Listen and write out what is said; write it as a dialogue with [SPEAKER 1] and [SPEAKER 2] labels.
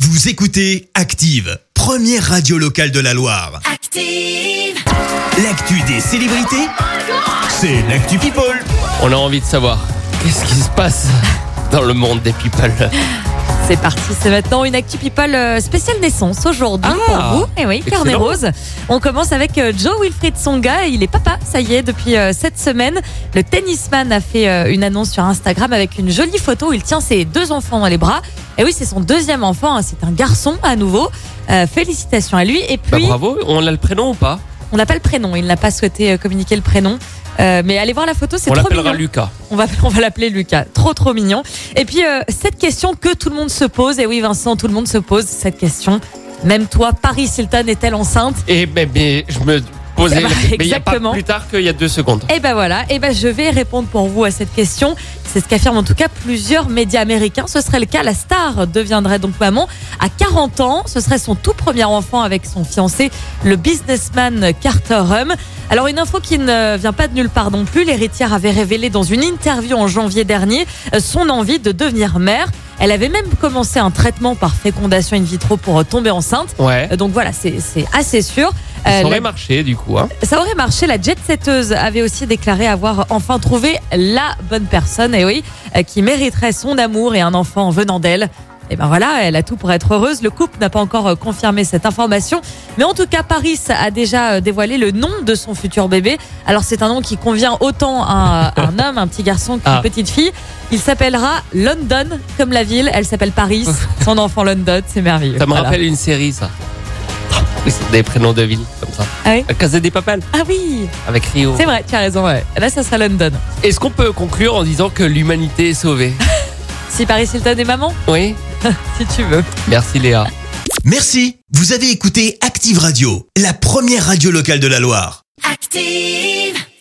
[SPEAKER 1] Vous écoutez Active, première radio locale de la Loire.
[SPEAKER 2] Active.
[SPEAKER 1] L'actu des célébrités, c'est l'actu People.
[SPEAKER 3] On a envie de savoir qu'est-ce qui se passe dans le monde des people. Bah,
[SPEAKER 2] C'est parti, c'est maintenant une Actu People euh, spéciale naissance aujourd'hui
[SPEAKER 3] Ah,
[SPEAKER 2] pour vous. Et oui, Carnet
[SPEAKER 3] excellent.
[SPEAKER 2] Rose. On commence avec euh, Joe Wilfried Songa. Il est papa, ça y est, depuis euh, cette semaine. Le tennisman a fait euh, une annonce sur Instagram avec une jolie photo où il tient ses deux enfants dans les bras. Et oui, c'est son deuxième enfant, hein, c'est un garçon à nouveau. Euh, félicitations à lui. Et
[SPEAKER 3] Bah,
[SPEAKER 2] puis,
[SPEAKER 3] bravo, on a le prénom ou pas
[SPEAKER 2] on n'a pas le prénom, il n'a pas souhaité euh, communiquer le prénom. Euh, mais allez voir la photo, c'est
[SPEAKER 3] On
[SPEAKER 2] trop
[SPEAKER 3] l'appellera
[SPEAKER 2] mignon.
[SPEAKER 3] Lucas.
[SPEAKER 2] On va, on va l'appeler Lucas. Trop, trop mignon. Et puis, euh, cette question que tout le monde se pose, et oui, Vincent, tout le monde se pose cette question. Même toi, Paris Hilton est-elle enceinte
[SPEAKER 3] Et ben, mais je me posais.
[SPEAKER 2] Eh ben,
[SPEAKER 3] la- mais il y a pas
[SPEAKER 2] exactement.
[SPEAKER 3] plus tard qu'il y a deux secondes.
[SPEAKER 2] Eh ben voilà, eh ben je vais répondre pour vous à cette question. C'est ce qu'affirment en tout cas plusieurs médias américains. Ce serait le cas, la star deviendrait donc maman à 40 ans. Ce serait son tout premier enfant avec son fiancé, le businessman Carter Hum. Alors une info qui ne vient pas de nulle part non plus, l'héritière avait révélé dans une interview en janvier dernier euh, son envie de devenir mère. Elle avait même commencé un traitement par fécondation in vitro pour euh, tomber enceinte.
[SPEAKER 3] Ouais.
[SPEAKER 2] Euh, Donc voilà, c'est c'est assez sûr. Euh,
[SPEAKER 3] Ça
[SPEAKER 2] la-
[SPEAKER 3] aurait marché du coup. Hein.
[SPEAKER 2] ça aurait marché. La jet setteuse avait aussi déclaré avoir enfin trouvé la bonne personne, et oui, euh, qui mériterait son amour et un enfant venant d'elle. Et ben voilà, elle a tout pour être heureuse. Le couple n'a pas encore euh, confirmé cette information. Mais en tout cas, Paris a déjà euh, dévoilé le nom de son futur bébé. Alors c'est un nom qui convient autant à un, un homme, un petit garçon qu'une
[SPEAKER 3] Ah.
[SPEAKER 2] petite fille. Il s'appellera London, comme la ville. Elle s'appelle Paris. Son enfant London, c'est merveilleux.
[SPEAKER 3] Ça me
[SPEAKER 2] Voilà.
[SPEAKER 3] rappelle une série, ça. C'est Des prénoms de ville comme ça.
[SPEAKER 2] Ah oui
[SPEAKER 3] La Casa des Papal
[SPEAKER 2] Ah oui,
[SPEAKER 3] avec Rio.
[SPEAKER 2] c'est vrai, tu as raison. ouais. Là, ça sera London.
[SPEAKER 3] Est-ce qu'on peut conclure en disant que l'humanité est sauvée
[SPEAKER 2] Si Paris Hilton est maman
[SPEAKER 3] Oui.
[SPEAKER 2] si tu veux.
[SPEAKER 3] Merci Léa.
[SPEAKER 1] Merci. Vous avez écouté Active Radio, la première radio locale de la Loire.
[SPEAKER 4] Active.